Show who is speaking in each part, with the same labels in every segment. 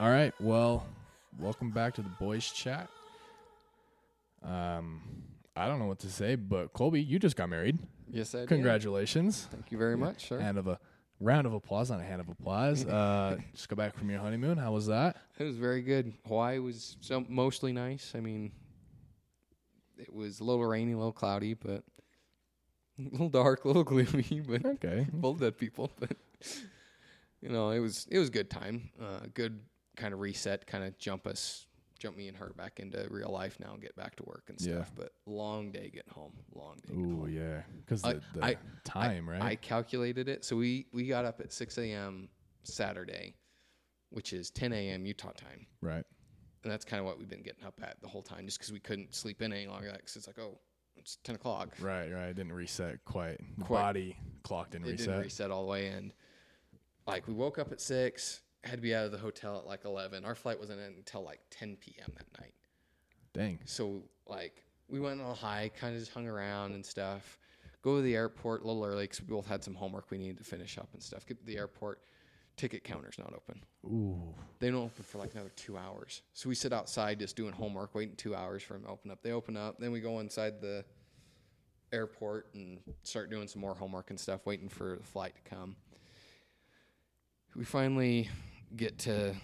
Speaker 1: All right. Well, welcome back to the boys' chat. Um, I don't know what to say, but Colby, you just got married.
Speaker 2: Yes, I did.
Speaker 1: Congratulations!
Speaker 2: Thank you very much, sir.
Speaker 1: Hand of a round of applause, not a hand of applause. Uh, just go back from your honeymoon. How was that?
Speaker 2: It was very good. Hawaii was so mostly nice. I mean, it was a little rainy, a little cloudy, but a little dark, a little gloomy, but
Speaker 1: Okay.
Speaker 2: both dead people. But you know, it was it was a good time. Uh, good kind of reset, kind of jump us, jump me and her back into real life now, and get back to work and stuff.
Speaker 1: Yeah.
Speaker 2: But long day getting home. Long day. getting
Speaker 1: Ooh,
Speaker 2: home.
Speaker 1: yeah. Because
Speaker 2: I-
Speaker 1: the, the
Speaker 2: I-
Speaker 1: time, right?
Speaker 2: I calculated it. So we we got up at 6 a.m. Saturday, which is 10 a.m. Utah time,
Speaker 1: right.
Speaker 2: and that's kind of what we've been getting up at the whole time, just because we couldn't sleep in any longer. Like, 'cause it's like, oh, it's 10 o'clock.
Speaker 1: Right. Right. It Didn't reset quite. The
Speaker 2: Quite.
Speaker 1: Body clock didn't
Speaker 2: it
Speaker 1: reset.
Speaker 2: didn't reset all the way and like we woke up at six had to be out of the hotel at like 11 our flight wasn't in until like 10 p.m that night
Speaker 1: Dang.
Speaker 2: so like we went on a hike kind of just hung around and stuff go to the airport a little early because we both had some homework we needed to finish up and stuff get to the airport ticket counter's not open
Speaker 1: Ooh.
Speaker 2: they don't open for like another two hours so we sit outside just doing homework waiting two hours for them to open up they open up then we go inside the airport and start doing some more homework and stuff, waiting for the flight to come. We finally get to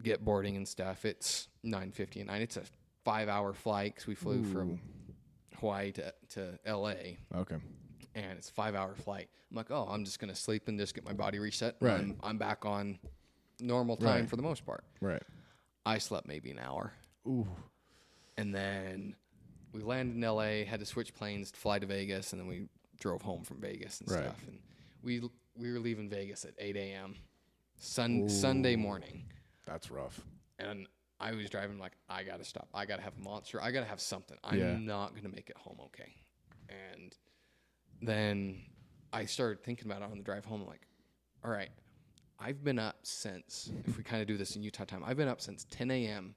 Speaker 2: get boarding and stuff. It's nine fifty at night. It's a five hour flight 'cause we flew from Hawaii to to L.A.
Speaker 1: Okay.
Speaker 2: and it's a five hour flight. I'm like, oh, I'm just gonna sleep and just get my body reset. and
Speaker 1: Right.
Speaker 2: I'm, I'm back on normal time
Speaker 1: Right.
Speaker 2: for the most part.
Speaker 1: Right.
Speaker 2: I slept maybe an hour.
Speaker 1: Ooh.
Speaker 2: And then we landed in LA, had to switch planes to fly to Vegas, and then we drove home from Vegas and
Speaker 1: Right.
Speaker 2: stuff. And we we were leaving Vegas at 8 a.m. Sun, Sunday morning,
Speaker 1: That's rough.
Speaker 2: and I was driving like I gotta stop. I gotta have a monster. I gotta have something. I'm
Speaker 1: Yeah.
Speaker 2: not gonna make it home okay. And then I started thinking about it on the drive home. Like, all right, I've been up since. if we kind of do this in Utah time, I've been up since 10 a.m.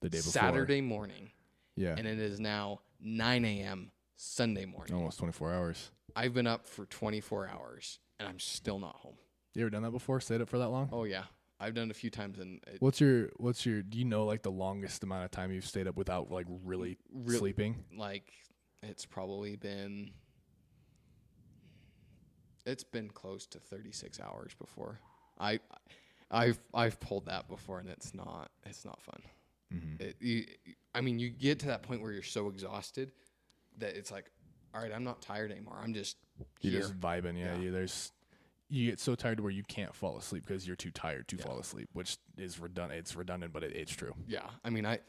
Speaker 1: The day before.
Speaker 2: Saturday morning
Speaker 1: Yeah.
Speaker 2: and it is now 9 a.m. Sunday morning.
Speaker 1: Almost 24 hours.
Speaker 2: I've been up for 24 hours and I'm still not home.
Speaker 1: You ever done that before? Stayed up for that long?
Speaker 2: Oh yeah, I've done it a few times and it,
Speaker 1: What's your What's your Do you know like the longest amount of time you've stayed up without like really
Speaker 2: Real-
Speaker 1: sleeping?
Speaker 2: like it's probably been it's been close to 36 hours before. I I've I've pulled that before and it's not it's not fun. It, you, I mean, you get to that point where you're so exhausted that it's like, all right, I'm not tired anymore. I'm just
Speaker 1: You're
Speaker 2: here.
Speaker 1: just vibing. Yeah.
Speaker 2: Yeah.
Speaker 1: You, there's you get so tired to where you can't fall asleep because you're too tired to fall asleep, which is redundant. It's redundant, but it, it's true.
Speaker 2: Yeah, I mean, I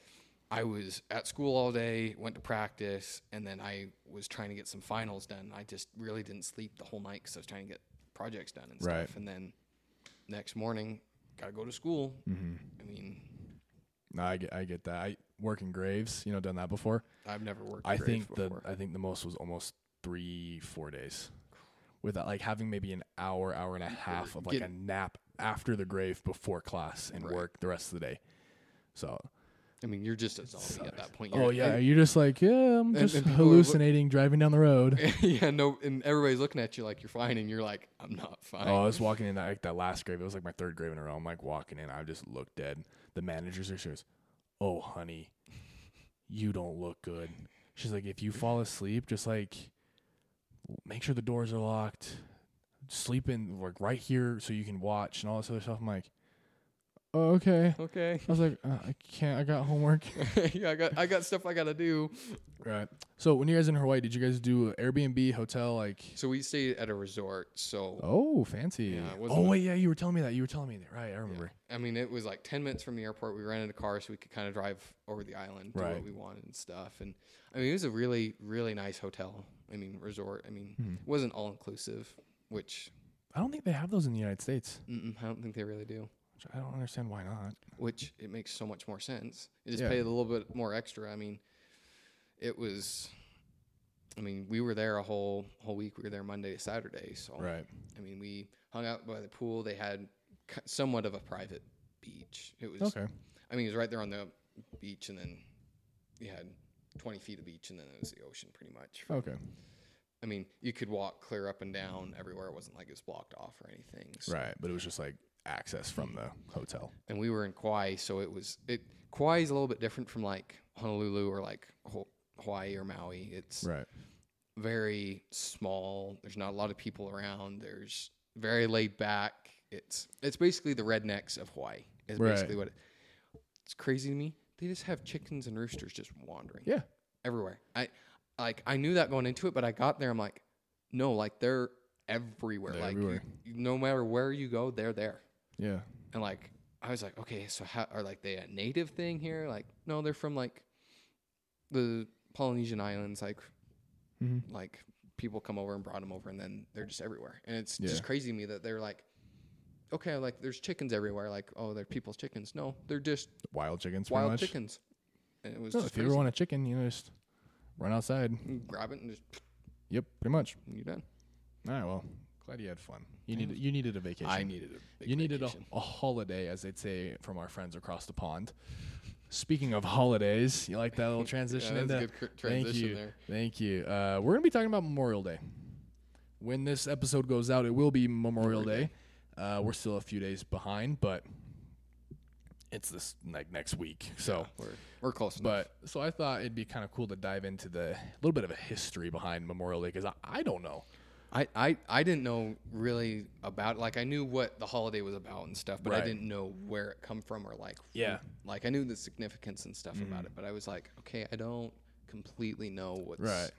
Speaker 2: I was at school all day, went to practice, and then I was trying to get some finals done. I just really didn't sleep the whole night because I was trying to get projects done and stuff.
Speaker 1: Right.
Speaker 2: And then next morning, gotta go to school.
Speaker 1: Mm-hmm.
Speaker 2: I mean,
Speaker 1: No, I get I get that. I work in graves. You know, done that before.
Speaker 2: I've never worked.
Speaker 1: I
Speaker 2: grave
Speaker 1: think the
Speaker 2: before.
Speaker 1: I think the most was almost three four days, without like having maybe an hour hour and a half of like
Speaker 2: Get-
Speaker 1: a nap after the grave before class and
Speaker 2: Right.
Speaker 1: work the rest of the day. So
Speaker 2: I mean, you're just a zombie at that point.
Speaker 1: oh
Speaker 2: You're-
Speaker 1: yeah,
Speaker 2: and-
Speaker 1: you're just like yeah, I'm
Speaker 2: and
Speaker 1: just
Speaker 2: people are loo-
Speaker 1: hallucinating driving down the road.
Speaker 2: yeah, no, and everybody's looking at you like you're fine, and you're like, I'm not fine.
Speaker 1: Oh, I was walking in that like that last grave. It was like my third grave in a row. I'm like walking in. I just looked dead. The manager's there. She goes, "Oh, honey, you don't look good." She's like, "If you fall asleep, just like make sure the doors are locked. Sleep in like right here so you can watch and all this other stuff." I'm like, oh, "Okay."
Speaker 2: Okay.
Speaker 1: I was like, uh, "I can't. I got homework."
Speaker 2: yeah, I got I got stuff I gotta do.
Speaker 1: right. So when you guys in Hawaii, did you guys do a Airbnb hotel like?
Speaker 2: So we stayed at a resort. So
Speaker 1: Oh, fancy.
Speaker 2: Yeah, it wasn't
Speaker 1: oh
Speaker 2: a-
Speaker 1: wait, yeah, you were telling me that. You were telling me that. Right, I remember.
Speaker 2: I mean, it was like 10 minutes from the airport. We rented a car so we could kind of drive over the island, do
Speaker 1: Right.
Speaker 2: what we wanted and stuff. And I mean, it was a really, really nice hotel. I mean, resort. I mean,
Speaker 1: Hmm.
Speaker 2: it wasn't all inclusive, which
Speaker 1: I don't think they have those in the United States.
Speaker 2: mm-mm, I don't think they really do,
Speaker 1: Which I don't understand why not.
Speaker 2: which it makes so much more sense. You just
Speaker 1: Yeah.
Speaker 2: paid a little bit more extra. I mean, it was, I mean, we were there a whole, whole week. We were there Monday to Saturday. So,
Speaker 1: Right.
Speaker 2: I mean, we hung out by the pool. They had ki- somewhat of a private beach. It was
Speaker 1: Okay.
Speaker 2: I mean, it was right there on the beach, and then you had 20 feet of beach, and then it was the ocean pretty much.
Speaker 1: Okay.
Speaker 2: I mean, you could walk clear up and down everywhere. It wasn't like it was blocked off or anything. So
Speaker 1: Right. But it was just like access from the hotel.
Speaker 2: and we were in Kauai, so it was it. Kauai is a little bit different from like Honolulu or like Ho- Hawaii or Maui. It's
Speaker 1: Right.
Speaker 2: very small. There's not a lot of people around. There's very laid back. It's it's basically the rednecks of Hawaii. Is
Speaker 1: Right.
Speaker 2: basically what it, it's crazy to me. They just have chickens and roosters just wandering
Speaker 1: Yeah.
Speaker 2: everywhere. I like I knew that going into it, but I got there. I'm like, no, like they're everywhere.
Speaker 1: They're
Speaker 2: like
Speaker 1: everywhere.
Speaker 2: You, no matter where you go, they're there.
Speaker 1: Yeah.
Speaker 2: And like I was like, okay, so how are like they a native thing here? Like no, they're from like the Polynesian islands. Like
Speaker 1: Mhm.
Speaker 2: like people come over and brought them over, and then they're just everywhere. And it's
Speaker 1: Yeah.
Speaker 2: just crazy to me that they're like, okay, like there's chickens everywhere. Like oh, they're people's chickens. No, they're just
Speaker 1: Wild chickens. pretty
Speaker 2: wild
Speaker 1: much.
Speaker 2: chickens. And it was
Speaker 1: No,
Speaker 2: just
Speaker 1: if you ever
Speaker 2: crazy. Mm.
Speaker 1: want a chicken, you know, just run outside.
Speaker 2: You grab it and just
Speaker 1: Yep, pretty much.
Speaker 2: you're done.
Speaker 1: All right. Well, glad you had fun. You needed you needed a vacation.
Speaker 2: needed a
Speaker 1: you needed a, a holiday, as they'd say from our friends across the pond. Speaking of holidays, you like that little transition?
Speaker 2: that was a
Speaker 1: into-
Speaker 2: good cr- transition
Speaker 1: thank you,
Speaker 2: there.
Speaker 1: Thank you. Uh, we're gonna be talking about Memorial Day. When this episode goes out, it will be Memorial Day. Uh, we're still a few days behind, but it's this like next week, so.
Speaker 2: We're, we're close enough.
Speaker 1: But so I thought it'd be kind of cool to dive into the little bit of a history behind Memorial Day because I, I don't know.
Speaker 2: I, I, I didn't know really about like I knew what the holiday was about and stuff, but I
Speaker 1: Right.
Speaker 2: didn't know where it come from or like
Speaker 1: Yeah. Mm-hmm.
Speaker 2: like I knew the significance and stuff about it, but I was like, okay, I don't completely know what's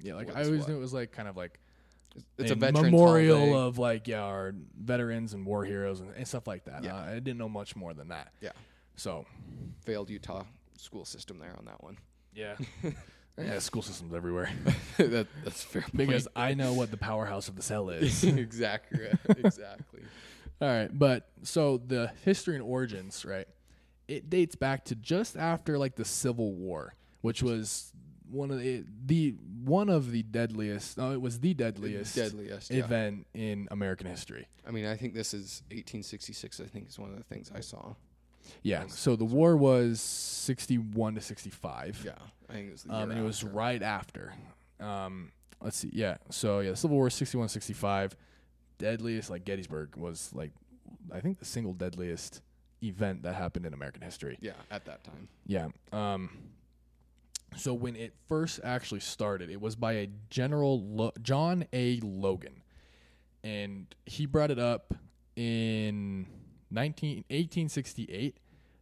Speaker 1: Yeah, like
Speaker 2: What
Speaker 1: I
Speaker 2: is
Speaker 1: always
Speaker 2: what?
Speaker 1: knew it was like kind of like
Speaker 2: It's a veterans
Speaker 1: memorial
Speaker 2: holiday.
Speaker 1: of like yeah our veterans and war heroes and, and stuff like that.
Speaker 2: Yeah.
Speaker 1: Uh, I didn't know much more than that.
Speaker 2: yeah
Speaker 1: So
Speaker 2: failed Utah school system there on that one.
Speaker 1: yeah, yeah, school systems everywhere
Speaker 2: that, that's fair
Speaker 1: because I know what the powerhouse of the cell is.
Speaker 2: exactly exactly
Speaker 1: All right, but so the history and origins, right? It dates back to just after like the Civil War, which was one of the, the one of the deadliest. No, it was the deadliest,
Speaker 2: deadliest. Yeah.
Speaker 1: event in American history.
Speaker 2: I mean, I think this is 1866. I think is one of the things I saw.
Speaker 1: Yeah. So the war was 61 to 65.
Speaker 2: Yeah, I think it was the
Speaker 1: Um,
Speaker 2: year
Speaker 1: and it was
Speaker 2: after.
Speaker 1: right after. Um, let's see. Yeah. So yeah, Civil War 61 65. Deadliest, like Gettysburg was like, I think the single deadliest event that happened in American history.
Speaker 2: yeah at that time.
Speaker 1: Yeah. Um, so when it first actually started, it was by a General Lo- John A. Logan, and he brought it up in 19, 1868,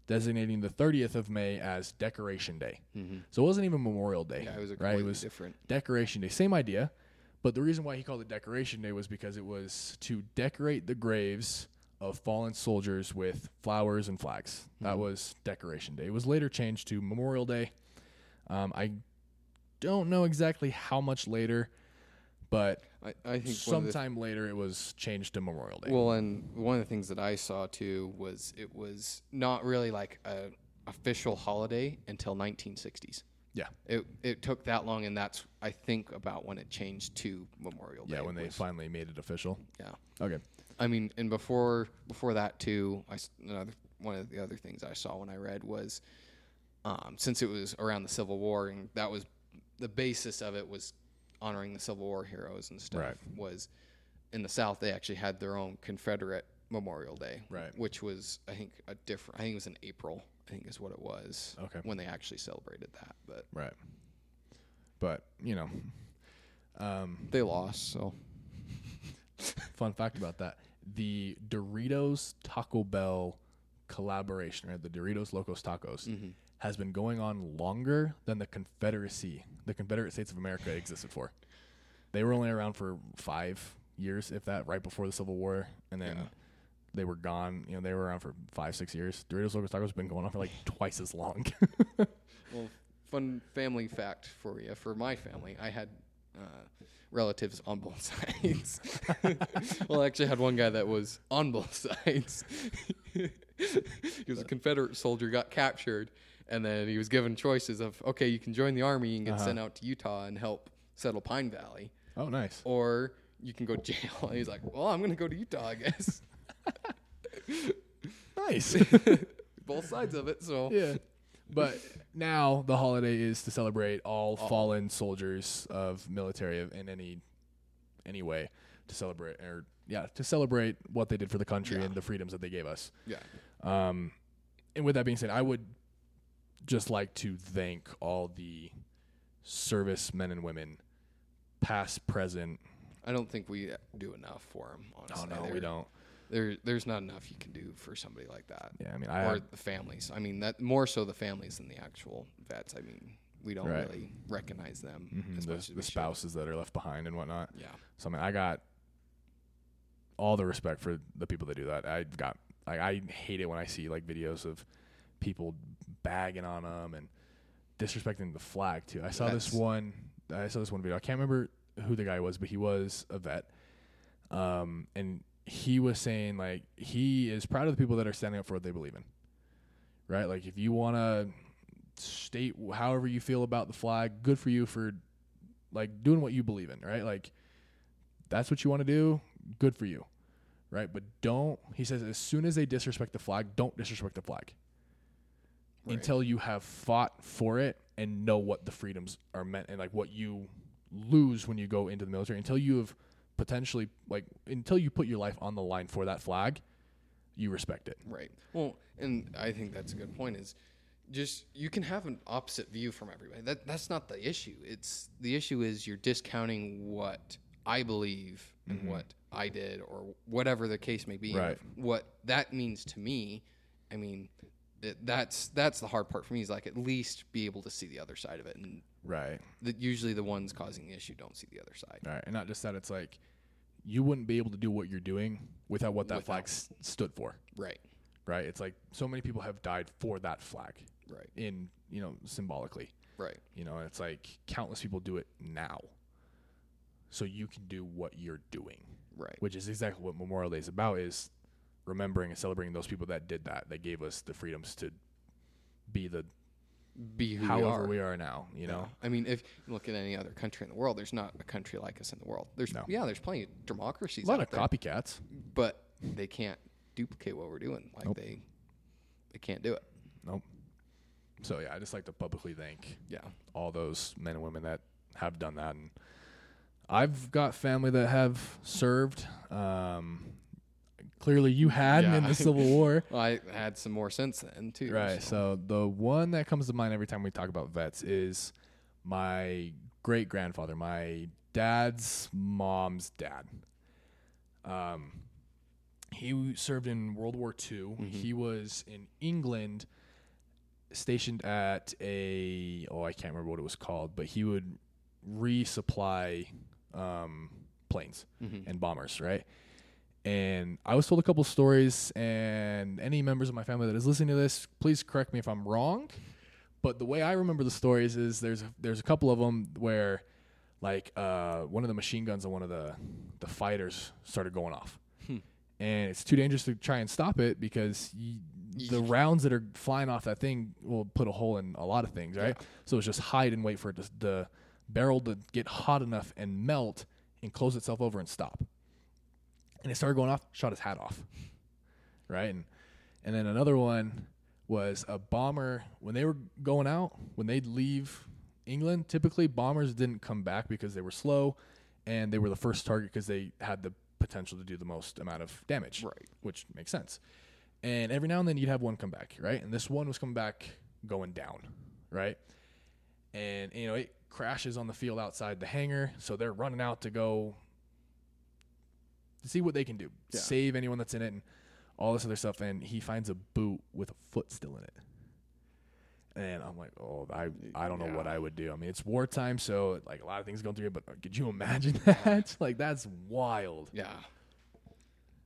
Speaker 1: designating the 30th of May as Decoration Day.
Speaker 2: Mm-hmm.
Speaker 1: So it wasn't even Memorial Day.
Speaker 2: Yeah, it was a
Speaker 1: right.
Speaker 2: completely
Speaker 1: It was
Speaker 2: different.
Speaker 1: Decoration Day. Same idea, but the reason why he called it Decoration Day was because it was to decorate the graves of fallen soldiers with flowers and flags.
Speaker 2: Mm-hmm.
Speaker 1: That was Decoration Day. It was later changed to Memorial Day. Um, I don't know exactly how much later, but
Speaker 2: I, I think one of the
Speaker 1: sometime later it was changed to Memorial Day.
Speaker 2: Well, and one of the things that I saw too was it was not really like a official holiday until 1960s.
Speaker 1: yeah,
Speaker 2: It it took that long, and that's I think about when it changed to Memorial Day.
Speaker 1: yeah, when they
Speaker 2: was-
Speaker 1: finally made it official.
Speaker 2: yeah.
Speaker 1: Okay.
Speaker 2: I mean, and before before that too, I s- another one of the other things I saw when I read was um, since it was around the Civil War, and that was the basis of it was honoring the Civil War heroes and stuff.
Speaker 1: Right.
Speaker 2: Was in the South they actually had their own Confederate Memorial Day,
Speaker 1: Right.
Speaker 2: Which was I think a different. I think it was in April. I think is what it was.
Speaker 1: Okay.
Speaker 2: When they actually celebrated that, but
Speaker 1: Right. But you know, um,
Speaker 2: they lost. So
Speaker 1: Fun fact about that: the Doritos Taco Bell collaboration, or the Doritos Locos Tacos, has been going on longer than the Confederacy, the Confederate States of America, existed for. They were only around for five years, if that, right before the Civil War, and then. They were gone. You know, they were around for five, six years. Doritos Locos Tacos have been going on for like twice as long.
Speaker 2: Well, fun family fact for you. For my family, I had uh, relatives on both sides. well, I actually had one guy that was on both sides. he was a Confederate soldier, got captured, and then he was given choices of okay, you can join the army and get
Speaker 1: Uh-huh.
Speaker 2: sent out to Utah and help settle Pine Valley,
Speaker 1: oh, nice.
Speaker 2: or you can go to jail. And he's like, well, I'm going to go to Utah, I guess.
Speaker 1: Nice.
Speaker 2: both sides of it, so
Speaker 1: yeah. But now the holiday is to celebrate all fallen soldiers of military of- and any anyway to celebrate or yeah to celebrate what they did for the country and the freedoms that they gave us.
Speaker 2: Yeah.
Speaker 1: Um, and with that being said, I would just like to thank all the service men and women, past, present.
Speaker 2: I don't think we do enough for them.
Speaker 1: Oh
Speaker 2: Honestly,
Speaker 1: no,
Speaker 2: There-
Speaker 1: we don't.
Speaker 2: There, there's not enough you can do for somebody like that,
Speaker 1: Yeah, I mean, I
Speaker 2: or the families. I mean, that more so the families than the actual vets. I mean, we don't
Speaker 1: Right.
Speaker 2: really recognize them
Speaker 1: mhm,
Speaker 2: as much as
Speaker 1: the,
Speaker 2: we
Speaker 1: the
Speaker 2: should.
Speaker 1: spouses that are left behind and whatnot.
Speaker 2: Yeah,
Speaker 1: So I mean, I got all the respect for the people that do that. I've got like I hate it when I see like videos of people bagging on them and disrespecting the flag too. I saw this
Speaker 2: That's-
Speaker 1: one. I saw this one video. I can't remember who the guy was, but he was a vet. Um, and he was saying like he is proud of the people that are standing up for what they believe in. Right? Like if you want to state however you feel about the flag, good for you for like doing what you believe in, right? Like that's what you want to do, good for you. Right? But don't he says as soon as they disrespect the flag, don't disrespect the flag.
Speaker 2: Right.
Speaker 1: Until you have fought for it and know what the freedoms are meant and like what you lose when you go into the military until you have potentially like until you put your life on the line for that flag, you respect it.
Speaker 2: right. Well, and I think that's a good point. Is just you can have an opposite view from everybody. That that's not the issue. It's the issue is you're discounting what I believe and what I did, or whatever the case may be.
Speaker 1: Right.
Speaker 2: What that means to me. I mean, th- that's that's the hard part for me. Is like at least be able to see the other side of it, and
Speaker 1: Right.
Speaker 2: that usually the ones causing the issue don't see the other side.
Speaker 1: Right. And not just that it's like you wouldn't be able to do what you're doing without what that
Speaker 2: Without-
Speaker 1: flag s- stood for.
Speaker 2: Right.
Speaker 1: right? It's like so many people have died for that flag
Speaker 2: Right.
Speaker 1: in, you know, symbolically,
Speaker 2: Right.
Speaker 1: you know, and it's like countless people do it now. So you can do what you're doing,
Speaker 2: Right.
Speaker 1: which is exactly what Memorial Day is about is remembering and celebrating those people that did that, that gave us the freedoms to be the
Speaker 2: Be who we
Speaker 1: however
Speaker 2: are.
Speaker 1: we are now, you know.
Speaker 2: I mean, if you look at any other country in the world, there's not a country like us in the world. There's
Speaker 1: No.
Speaker 2: yeah, there's plenty of democracies,
Speaker 1: A lot
Speaker 2: out
Speaker 1: of
Speaker 2: there,
Speaker 1: copycats.
Speaker 2: but they can't duplicate what we're doing. Like they, they can't do it.
Speaker 1: Nope. So yeah, I just like to publicly thank
Speaker 2: Yeah,
Speaker 1: all those men and women that have done that. And I've got family that have served. Um, clearly, you had in
Speaker 2: Yeah.
Speaker 1: the Civil War.
Speaker 2: well, I had some more since then too.
Speaker 1: Right.
Speaker 2: so-
Speaker 1: So the one that comes to mind every time we talk about vets is my great grandfather, my dad's mom's dad. Um, he served in World War II. He was in England, stationed at a oh I can't remember what it was called, but he would resupply um, planes and bombers, right? and I was told a couple stories. And any members of my family that is listening to this, please correct me if I'm wrong. But the way I remember the stories is there's there's a couple of them where like uh, one of the machine guns on one of the the fighters started going off, and it's too dangerous to try and stop it because y the rounds that are flying off that thing will put a hole in a lot of things, right? So it's just hide and wait for it to, the barrel to get hot enough and melt and close itself over and stop and it started going off, shot his hat off. Right? And and then another one was a bomber when they were going out, when they'd leave England, typically bombers didn't come back because they were slow and they were the first target because they had the potential to do the most amount of damage.
Speaker 2: Right.
Speaker 1: Which makes sense. And every now and then you'd have one come back, right? And this one was coming back going down, right? And you know, it crashes on the field outside the hangar, so they're running out to go to see what they can do,
Speaker 2: Yeah.
Speaker 1: save anyone that's in it, and all this other stuff. And he finds a boot with a foot still in it. And I'm like, oh, I, I don't know what I would do. I mean, it's wartime, so like a lot of things going through it. But uh, could you imagine that? like that's wild.
Speaker 2: Yeah.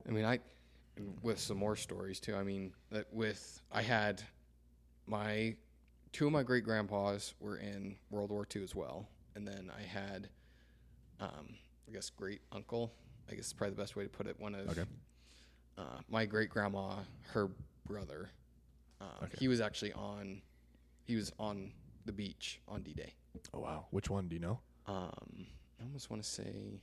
Speaker 2: I mean, I with some more stories too. I mean, that with I had my two of my great grandpas were in World War II as well, and then I had, um, I guess, great uncle. I guess is probably the best way to put it. One of uh, my great grandma, her brother, um, he was actually on, he was on the beach on D Day
Speaker 1: Oh wow, which one do you know?
Speaker 2: um, I almost want to say,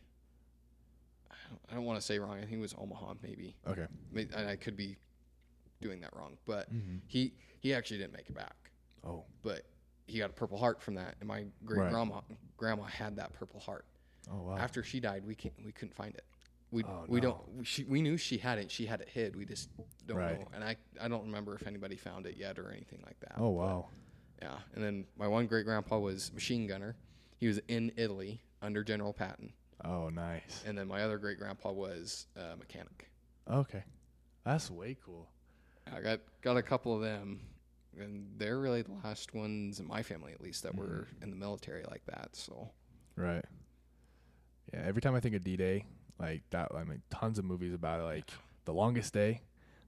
Speaker 2: I don't, I don't want to say wrong. I think it was Omaha, maybe.
Speaker 1: Okay,
Speaker 2: May- And I could be doing that wrong, but
Speaker 1: Mm-hmm.
Speaker 2: he he actually didn't make it back.
Speaker 1: oh
Speaker 2: But he got a Purple Heart from that, and my great
Speaker 1: Right.
Speaker 2: grandma grandma had that Purple Heart,
Speaker 1: Oh wow.
Speaker 2: After she died, we can't, we couldn't find it. We
Speaker 1: Oh,
Speaker 2: we
Speaker 1: no.
Speaker 2: don't. We, she, we knew she had it. She had it hid. We just don't
Speaker 1: Right.
Speaker 2: know. And I I don't remember if anybody found it yet or anything like that.
Speaker 1: oh wow.
Speaker 2: Yeah. And then my one great grandpa was machine gunner. He was in Italy under General Patton.
Speaker 1: Oh nice.
Speaker 2: And then my other great grandpa was a mechanic.
Speaker 1: Okay. That's way cool.
Speaker 2: I got got a couple of them, and they're really the last ones in my family, at least, that were
Speaker 1: Mm.
Speaker 2: in the military like that. So
Speaker 1: Right. Yeah. Every time I think of D Day, like that, I mean, tons of movies about it. Like The Longest Day,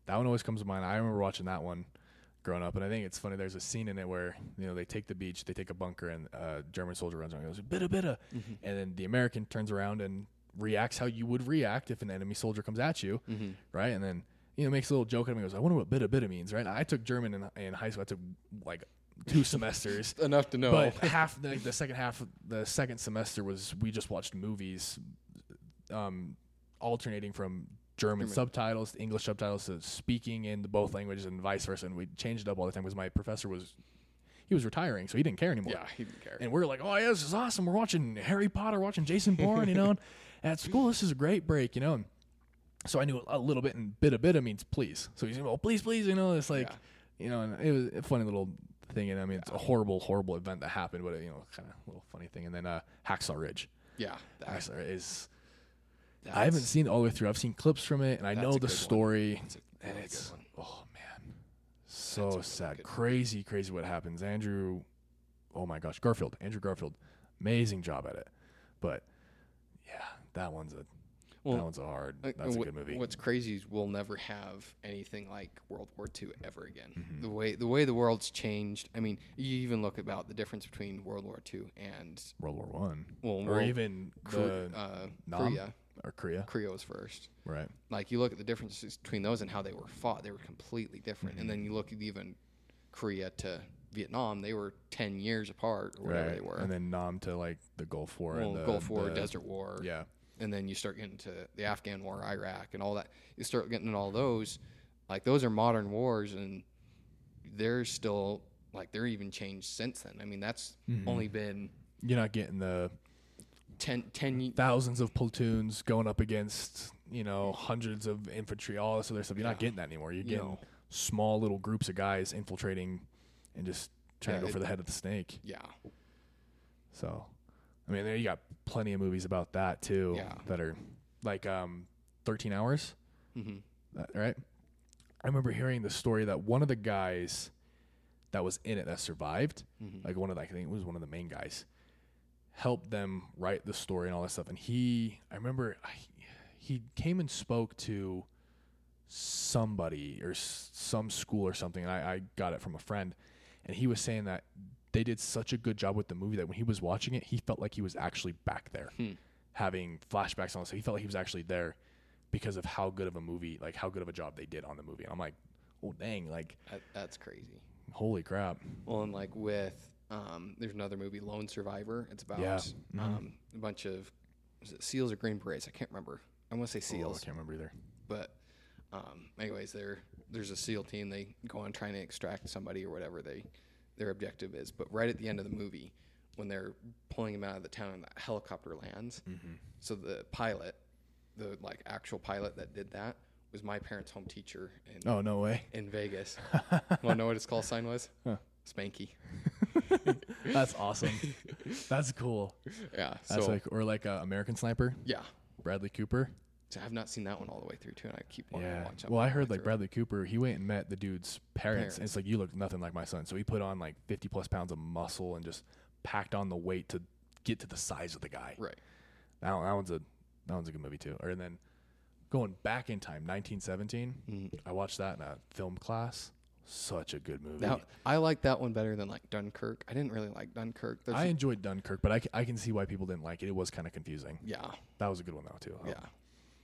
Speaker 1: that one always comes to mind. I remember watching that one growing up, and I think it's funny. There's a scene in it where you know they take the beach, they take a bunker, and uh, German soldier runs around and goes bitta bitta, and then the American turns around and reacts how you would react if an enemy soldier comes at you, right? And then you know makes a little joke at him and goes, "I wonder what bitta bitta means," right? And I took German in, in high school. I took like two semesters.
Speaker 2: enough to know.
Speaker 1: But half the, the second half, of the second semester was we just watched movies, um, alternating from German subtitles to English subtitles to speaking in the both languages and vice versa. And we changed it up all the time because my professor was he was retiring, so he didn't care anymore.
Speaker 2: yeah, he didn't care.
Speaker 1: And we are like, oh yeah, this is awesome. We're watching Harry Potter, watching Jason Bourne, you know. and at school, this is a great break, you know. And so I knew a little bit, and bit a bit of means please. So he's like, oh please, please, you know. It's like,
Speaker 2: Yeah.
Speaker 1: you know, and it was a funny little thing. And I mean, it's a horrible, horrible event that happened, but you know, kind of little funny thing. And then uh, Hacksaw Ridge,
Speaker 2: yeah, that,
Speaker 1: Hacksaw Ridge is.
Speaker 2: that's,
Speaker 1: I haven't seen it all the way through. I've seen clips from it, and I
Speaker 2: That's
Speaker 1: know
Speaker 2: a
Speaker 1: the
Speaker 2: good one.
Speaker 1: story.
Speaker 2: That's a
Speaker 1: and
Speaker 2: really
Speaker 1: it's
Speaker 2: good one.
Speaker 1: oh man, so sad, crazy, crazy what happens. Andrew, oh my gosh, Garfield, Andrew Garfield, amazing job at it. But yeah, that one's a that
Speaker 2: Well,
Speaker 1: one's a hard.
Speaker 2: Uh,
Speaker 1: That's a
Speaker 2: what-
Speaker 1: good movie.
Speaker 2: What's crazy is we'll never have anything like World War II ever again.
Speaker 1: Mm-hmm.
Speaker 2: The way the way the world's changed. I mean, you even look about the difference between World War II and
Speaker 1: World War One,
Speaker 2: well,
Speaker 1: or
Speaker 2: World-
Speaker 1: even
Speaker 2: Kor-
Speaker 1: the
Speaker 2: uh,
Speaker 1: Nam?
Speaker 2: Korea.
Speaker 1: or Korea,
Speaker 2: Korea was first.
Speaker 1: right?
Speaker 2: like you look at the differences between those and how they were fought they were completely different and
Speaker 1: Mm-hmm.
Speaker 2: then you look at even korea to vietnam they were 10 years apart or whatever
Speaker 1: right.
Speaker 2: they were
Speaker 1: and then Nam to like the Gulf War
Speaker 2: well,
Speaker 1: and the
Speaker 2: gulf war
Speaker 1: the-
Speaker 2: desert war
Speaker 1: Yeah,
Speaker 2: and then you start getting to the afghan war iraq and all that you start getting in all those like those are modern wars and they're still like they're even changed since then i mean that's
Speaker 1: Mm-hmm.
Speaker 2: only been
Speaker 1: you're not getting the
Speaker 2: 10, 10 ye-
Speaker 1: thousands of platoons going up against you know hundreds of infantry all this other stuff you're not getting that anymore you're getting
Speaker 2: No.
Speaker 1: small little groups of guys infiltrating and just trying to
Speaker 2: Yeah,
Speaker 1: go for
Speaker 2: it-
Speaker 1: the head of the snake
Speaker 2: yeah
Speaker 1: so i mean there you got plenty of movies about that too
Speaker 2: Yeah.
Speaker 1: that are like um 13 hours
Speaker 2: Mhm.
Speaker 1: that, right i remember hearing the story that one of the guys that was in it that survived like one of the, i think it was one of the main guys helped them write the story and all that stuff and he i remember I, he came and spoke to somebody or s- some school or something and I, I got it from a friend and he was saying that they did such a good job with the movie that when he was watching it he felt like he was actually back there having flashbacks and all that stuff. he felt like he was actually there because of how good of a movie like how good of a job they did on the movie and i'm like oh dang like
Speaker 2: that, that's crazy
Speaker 1: holy crap
Speaker 2: Well, and like with um, there's another movie, Lone Survivor. It's about
Speaker 1: Yeah. Mm-hmm.
Speaker 2: um, a bunch of is it seals or green berets. I can't remember. I want to say
Speaker 1: oh, i
Speaker 2: seals,
Speaker 1: can't remember either
Speaker 2: but um, anyways, there there's a seal team. They go on trying to extract somebody or whatever they their objective is. But right at the end of the movie, when they're pulling him out of the town, and the helicopter lands.
Speaker 1: Mm-hmm.
Speaker 2: So the pilot, the like actual pilot that did that, was my parents' home teacher in
Speaker 1: oh no way
Speaker 2: in Vegas. Want to know what his call sign was? Spanky.
Speaker 1: that's awesome that's cool
Speaker 2: Yeah.
Speaker 1: that's
Speaker 2: so
Speaker 1: like or like uh, american sniper
Speaker 2: yeah.
Speaker 1: bradley cooper
Speaker 2: So I've not seen that one all the way through too, and I keep wanting to
Speaker 1: Yeah.
Speaker 2: watch that.
Speaker 1: Well, I
Speaker 2: one all the
Speaker 1: heard
Speaker 2: way
Speaker 1: like
Speaker 2: through.
Speaker 1: Bradley Cooper, he went and met the dude's parents, and it's
Speaker 2: Parents.
Speaker 1: like you look nothing like my son. So he put on like 50 plus pounds of muscle and just packed on the weight to get to the size of the guy.
Speaker 2: right.
Speaker 1: That, one- that one's a that one's a good movie too. Or and then going back in time, 1917.
Speaker 2: Mm-hmm.
Speaker 1: I watched that in a film class. Such a good movie.
Speaker 2: That, I like that one better than like Dunkirk. I didn't really like Dunkirk. There's
Speaker 1: I enjoyed Dunkirk, but I, c- I can see why people didn't like it. It was kind of confusing.
Speaker 2: yeah,
Speaker 1: That was a good one though too.
Speaker 2: yeah,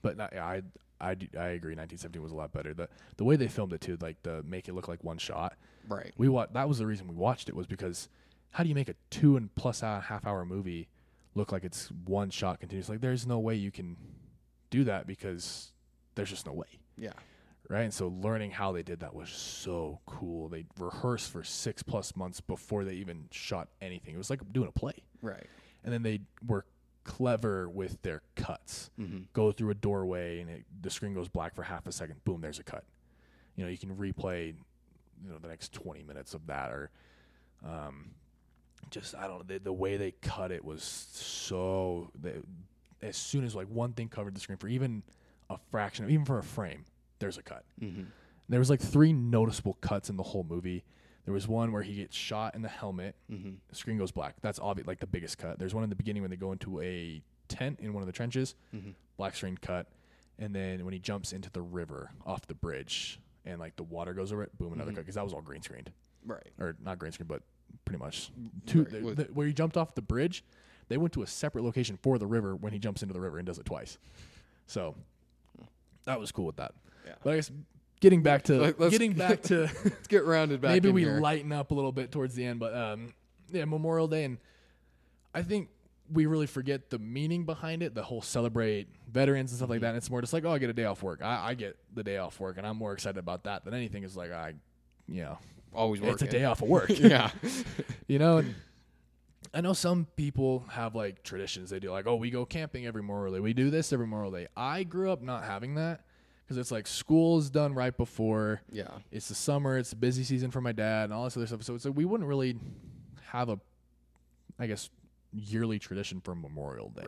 Speaker 1: But not, yeah, I I do- I agree. 1917 was a lot better. The the way they filmed it too, like the make it look like one shot.
Speaker 2: right.
Speaker 1: we wa that was the reason we watched it was because how do you make a two and plus hour half hour movie look like it's one shot continuous like there's no way you can do that because there's just no way
Speaker 2: Yeah,
Speaker 1: right and so learning how they did that was so cool they rehearsed for six plus months before they even shot anything it was like doing a play
Speaker 2: right.
Speaker 1: and then they were clever with their cuts. Go through a doorway and it, the screen goes black for half a second. Boom, there's a cut. You know, you can replay, you know, the next 20 minutes of that or um, just I don't know the, the way they cut it was so they, as soon as like one thing covered the screen for even a fraction even for a frame there's a cut. There was like three noticeable cuts in the whole movie. There was one where he gets shot in the helmet, the screen goes black. That's obvious, like the biggest cut. There's one in the beginning when they go into a tent in one of the trenches,
Speaker 2: Mm-hmm.
Speaker 1: black screen cut, and then when he jumps into the river off the bridge and like the water goes over it, boom, another
Speaker 2: Mm-hmm.
Speaker 1: cut because that was all green screened
Speaker 2: Right.
Speaker 1: or not green screen, but pretty much two
Speaker 2: Mm-hmm. Right,
Speaker 1: the,
Speaker 2: with-
Speaker 1: the, where he jumped off the bridge. They went to a separate location for the river when he jumps into the river and does it twice. So that was cool with that.
Speaker 2: Hmm. Yeah.
Speaker 1: But I guess getting back to
Speaker 2: Let- let's-
Speaker 1: getting back to
Speaker 2: Let's get rounded back.
Speaker 1: maybe
Speaker 2: in
Speaker 1: we
Speaker 2: here.
Speaker 1: lighten up a little bit towards the end, but um, yeah, Memorial Day, and I think we really forget the meaning behind it. The whole celebrate veterans and stuff
Speaker 2: Mm-hmm.
Speaker 1: like that. And it's more just like, oh, I get a day off work. I, I get the day off work, and I'm more excited about that than anything. Is like I, you know,
Speaker 2: always working.
Speaker 1: it's a day off of work.
Speaker 2: Yeah.
Speaker 1: You know, and I know some people have like traditions. They do like, oh, we go camping every Memorial Day. We do this every Memorial Day. I grew up not having that because it's like school's done right before.
Speaker 2: yeah.
Speaker 1: It's the summer. It's the busy season for my dad and all this other stuff. So it's like we wouldn't really have a, I guess, yearly tradition for Memorial Day.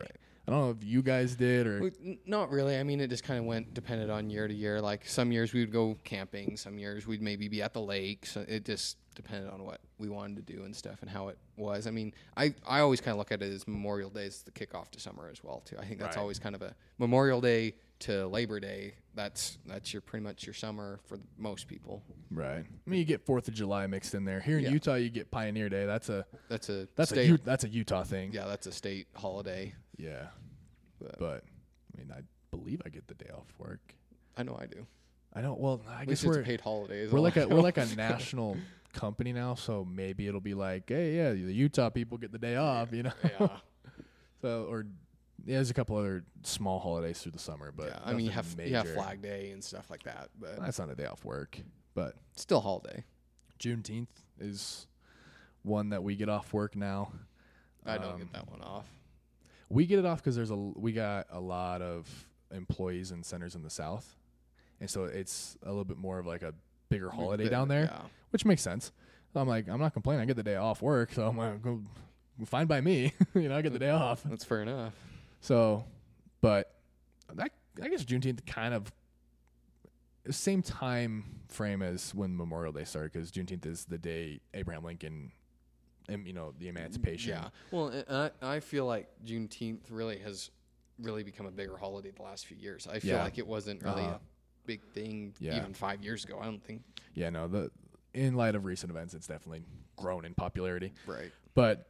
Speaker 1: I don't know if you guys did or
Speaker 2: We- n- Not really. I mean, it just kind of went depended on year to year. Like some years we would go camping, some years we'd maybe be at the lake. So it just depended on what we wanted to do and stuff and how it was. I mean, I, I always kind of look at it as Memorial Day is the kickoff to summer as well too. I think that's
Speaker 1: Right.
Speaker 2: always kind of a Memorial Day to Labor Day. That's that's your pretty much your summer for most people.
Speaker 1: right. I mean, you get Fourth of July mixed in there. Here in
Speaker 2: Yeah.
Speaker 1: Utah, you get Pioneer Day. That's a
Speaker 2: That's a
Speaker 1: that's
Speaker 2: state.
Speaker 1: a U- that's a Utah thing.
Speaker 2: yeah, that's a state holiday.
Speaker 1: Yeah. But,
Speaker 2: But-
Speaker 1: I mean, I believe I get the day off work.
Speaker 2: I know I do.
Speaker 1: I don't. Well, I
Speaker 2: At
Speaker 1: guess
Speaker 2: least it's a
Speaker 1: we're
Speaker 2: paid holiday. is
Speaker 1: we're
Speaker 2: all
Speaker 1: like
Speaker 2: I
Speaker 1: a we're
Speaker 2: know.
Speaker 1: like a national company now, so maybe it'll be like, hey, yeah, the Utah people get the day off, you know.
Speaker 2: yeah.
Speaker 1: So or yeah, there's a couple other small holidays through the summer, but
Speaker 2: yeah. I mean, you have
Speaker 1: nothing
Speaker 2: you have
Speaker 1: major.
Speaker 2: Flag Day and stuff like that, but
Speaker 1: That's not a day off work, but
Speaker 2: still holiday.
Speaker 1: Juneteenth is one that we get off work now.
Speaker 2: I don't
Speaker 1: Um,
Speaker 2: get that one off.
Speaker 1: We get it off because there's a l- we got a lot of employees and centers in the south, and so it's a little bit more of like a bigger holiday
Speaker 2: But,
Speaker 1: down there,
Speaker 2: Yeah.
Speaker 1: which makes sense. So I'm like, I'm not complaining. I get the day off work, so I'm like, go, fine by me. you know, I get the day off.
Speaker 2: That's fair enough.
Speaker 1: So, but that I guess Juneteenth kind of same time frame as when Memorial Day started because Juneteenth is the day Abraham Lincoln, and you know, the Emancipation.
Speaker 2: Mm, Yeah. Well, and and I, I feel like Juneteenth really has really become a bigger holiday the last few years. I feel
Speaker 1: Yeah.
Speaker 2: like it wasn't really
Speaker 1: Uh-huh.
Speaker 2: a big thing
Speaker 1: Yeah.
Speaker 2: even five years ago. I don't think.
Speaker 1: yeah, no, the in light of recent events, it's definitely grown in popularity.
Speaker 2: Right.
Speaker 1: But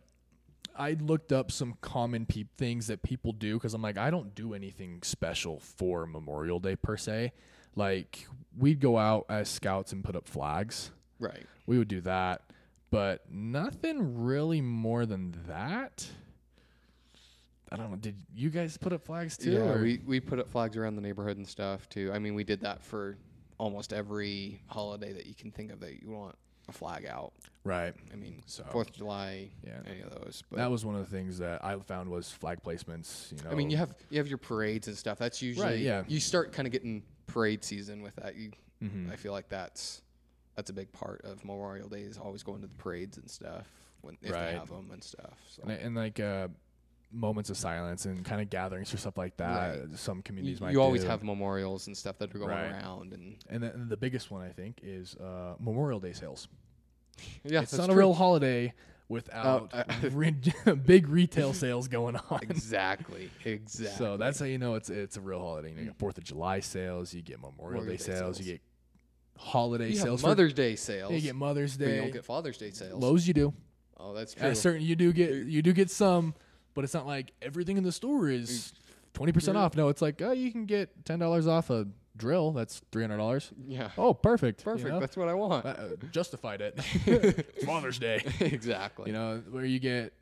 Speaker 1: I looked up some common peop things that people do because I'm like, I don't do anything special for Memorial Day per se. Like we'd go out as scouts and put up flags.
Speaker 2: Right.
Speaker 1: We would do that, but nothing really more than that. I don't know. Did you guys put up flags too?
Speaker 2: Yeah.
Speaker 1: or-
Speaker 2: We we put up flags around the neighborhood and stuff too. I mean, we did that for almost every holiday that you can think of that you want a flag out.
Speaker 1: right.
Speaker 2: I mean,
Speaker 1: So-
Speaker 2: Fourth of July,
Speaker 1: Yeah.
Speaker 2: any of those. But
Speaker 1: that was one of the things that I found was flag placements. You know,
Speaker 2: I mean, you have you have your parades and stuff. That's usually
Speaker 1: Oh. yeah.
Speaker 2: You start kind of getting parade season with that. You,
Speaker 1: Mm-hmm.
Speaker 2: I feel like that's that's a big part of Memorial Day is always going to the parades and stuff when if
Speaker 1: Right.
Speaker 2: they have them and stuff. So
Speaker 1: and, and like uh, moments of silence and kind of gatherings for stuff like that. Some communities
Speaker 2: you,
Speaker 1: might.
Speaker 2: you always
Speaker 1: do.
Speaker 2: have memorials and stuff that are going
Speaker 1: Right.
Speaker 2: around, and
Speaker 1: and then the biggest one I think is uh, Memorial Day sales.
Speaker 2: yeah,
Speaker 1: it's not a real holiday without
Speaker 2: Uh,
Speaker 1: re- big retail sales going on.
Speaker 2: exactly exactly.
Speaker 1: So that's how you know it's it's a real holiday. You, know, you get Fourth of July sales, you get Memorial Day,
Speaker 2: Memorial Day
Speaker 1: sales, you
Speaker 2: sales.
Speaker 1: get holiday
Speaker 2: you
Speaker 1: sales.
Speaker 2: have
Speaker 1: for-
Speaker 2: Mother's Day sales.
Speaker 1: you get Mother's
Speaker 2: but you
Speaker 1: Day.
Speaker 2: don't get Father's Day sales.
Speaker 1: Lowe's you do.
Speaker 2: Oh, that's true.
Speaker 1: Uh, certain you do get you do get some, but it's not like everything in the store is twenty percent off. No, it's like oh you can get ten dollars off a drill. That's three hundred dollars.
Speaker 2: yeah,
Speaker 1: Oh, perfect. you
Speaker 2: perfect.
Speaker 1: know?
Speaker 2: That's what I want.
Speaker 1: Uh, justified it. Father's Day.
Speaker 2: exactly.
Speaker 1: You know where you get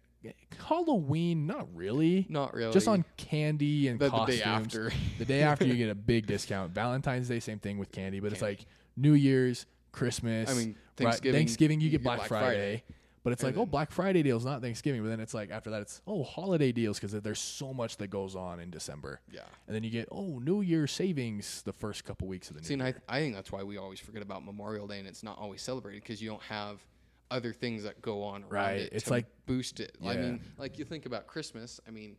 Speaker 1: Halloween? Not really.
Speaker 2: not really.
Speaker 1: Just on candy and
Speaker 2: the, the
Speaker 1: costumes.
Speaker 2: day after.
Speaker 1: The day after you get a big discount. Valentine's Day, same thing with candy, but it's like New Year's, Christmas.
Speaker 2: I mean,
Speaker 1: Ri-
Speaker 2: Thanksgiving,
Speaker 1: Thanksgiving you
Speaker 2: you
Speaker 1: get
Speaker 2: get
Speaker 1: Black,
Speaker 2: Black
Speaker 1: Friday. But it's
Speaker 2: And
Speaker 1: like, oh,
Speaker 2: then-
Speaker 1: Black Friday deals, not Thanksgiving. But then it's like after that, it's oh, holiday deals because there's so much that goes on in December.
Speaker 2: Yeah.
Speaker 1: And then you get oh, New Year savings the first couple weeks of the new
Speaker 2: See, and
Speaker 1: year.
Speaker 2: I, I think that's why we always forget about Memorial Day and it's not always celebrated because you don't have other things that go on around
Speaker 1: Right,
Speaker 2: it
Speaker 1: it's
Speaker 2: to
Speaker 1: like-
Speaker 2: boost it. I
Speaker 1: yeah.
Speaker 2: mean, like you think about Christmas. I mean,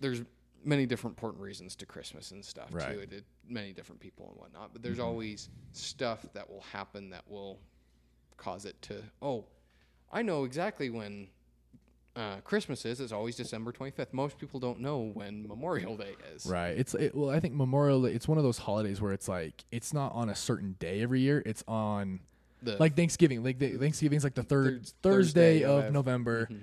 Speaker 2: there's many different important reasons to Christmas and stuff
Speaker 1: Right. Mm-hmm.
Speaker 2: too. It, it- many different people and whatnot, but there's always stuff that will happen that will cause it to. Oh, I know exactly when. Uh, Christmas is. It's always December 25th. Most people don't know when Memorial Day is.
Speaker 1: Right. It's it, well, I think Memorial. Day- It's one of those holidays where it's like it's not on a certain day every year. It's on
Speaker 2: The-
Speaker 1: like Thanksgiving. Like the, Thanksgiving's like the third
Speaker 2: Thurs-
Speaker 1: Thursday,
Speaker 2: Thursday
Speaker 1: of mm-hmm.
Speaker 2: of-
Speaker 1: November. H-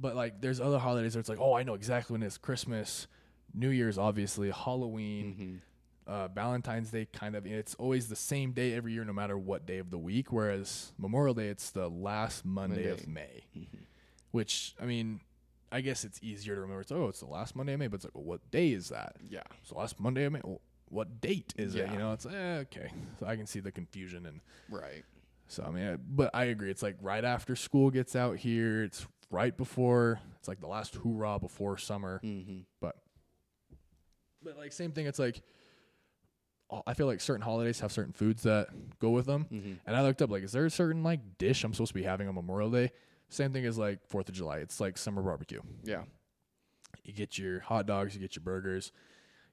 Speaker 1: But like there's other holidays where it's like, oh, I know exactly when it's Christmas, New Year's, obviously Halloween, uh, Valentine's Day, kind of. And it's always the same day every year, no matter what day of the week. Whereas Memorial Day, it's the last Monday, Mm-hmm. of May, which I mean. I guess it's easier to remember. It's oh, it's the last Monday of May, but it's like, well, what day is that?
Speaker 2: Yeah.
Speaker 1: So last Monday, I mean, well, what date is it?
Speaker 2: Yeah.
Speaker 1: You know, it's eh, okay. So I can see the confusion, and
Speaker 2: Right.
Speaker 1: so I mean, I, but I agree. It's like right after school gets out here. It's right before. It's like the last hoorah before summer.
Speaker 2: Mm-hmm.
Speaker 1: But, but like same thing. It's like all- I feel like certain holidays have certain foods that go with them. And I looked up like, is there a certain like dish I'm supposed to be having on Memorial Day? Same thing as like Fourth of July. It's like summer barbecue
Speaker 2: Yeah.
Speaker 1: you get your hot dogs, you get your burgers,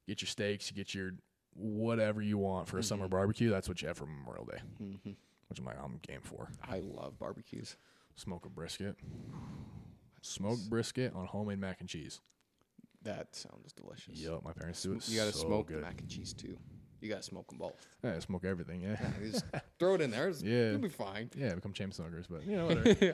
Speaker 1: you get your steaks, you get your whatever you want for a summer barbecue. That's what you have for Memorial Day,
Speaker 2: Mhm.
Speaker 1: which I'm like, I'm game for.
Speaker 2: I love barbecues.
Speaker 1: Smoke a brisket, smoked brisket on homemade mac and cheese.
Speaker 2: That sounds delicious.
Speaker 1: Yup, my parents do it.
Speaker 2: You gotta
Speaker 1: so
Speaker 2: smoke
Speaker 1: good.
Speaker 2: the mac and cheese too. You gotta smoke them both.
Speaker 1: Yeah, I smoke everything. Yeah,
Speaker 2: You just throw it in there. it's-
Speaker 1: Yeah.
Speaker 2: You'll be fine.
Speaker 1: yeah, become chain smokers, but you know, whatever.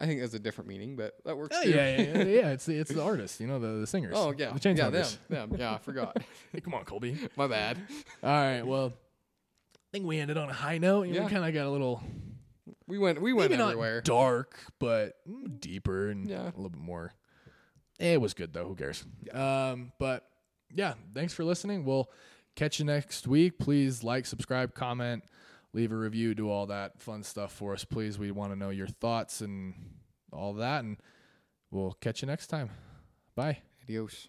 Speaker 2: I think that's a different meaning, but that works
Speaker 1: yeah,
Speaker 2: too.
Speaker 1: Oh, yeah, yeah, yeah. It's the it's the artists, you know, the, the singers.
Speaker 2: Oh yeah.
Speaker 1: the chain
Speaker 2: yeah, them.
Speaker 1: smokers.
Speaker 2: Them. Yeah, I forgot.
Speaker 1: Hey, come on, Colby.
Speaker 2: My bad.
Speaker 1: All right, well, I think we ended on a high note. You know,
Speaker 2: Yeah.
Speaker 1: We kind of got a little
Speaker 2: We went we went
Speaker 1: maybe
Speaker 2: everywhere.
Speaker 1: not dark, but mm, deeper and
Speaker 2: Yeah.
Speaker 1: a little bit more. It was good though. Who cares? Um, but yeah, thanks for listening. We'll catch you next week. Please like, subscribe, comment, leave a review, do all that fun stuff for us. Please, we want to know your thoughts and all that, and we'll catch you next time. Bye.
Speaker 2: Adios.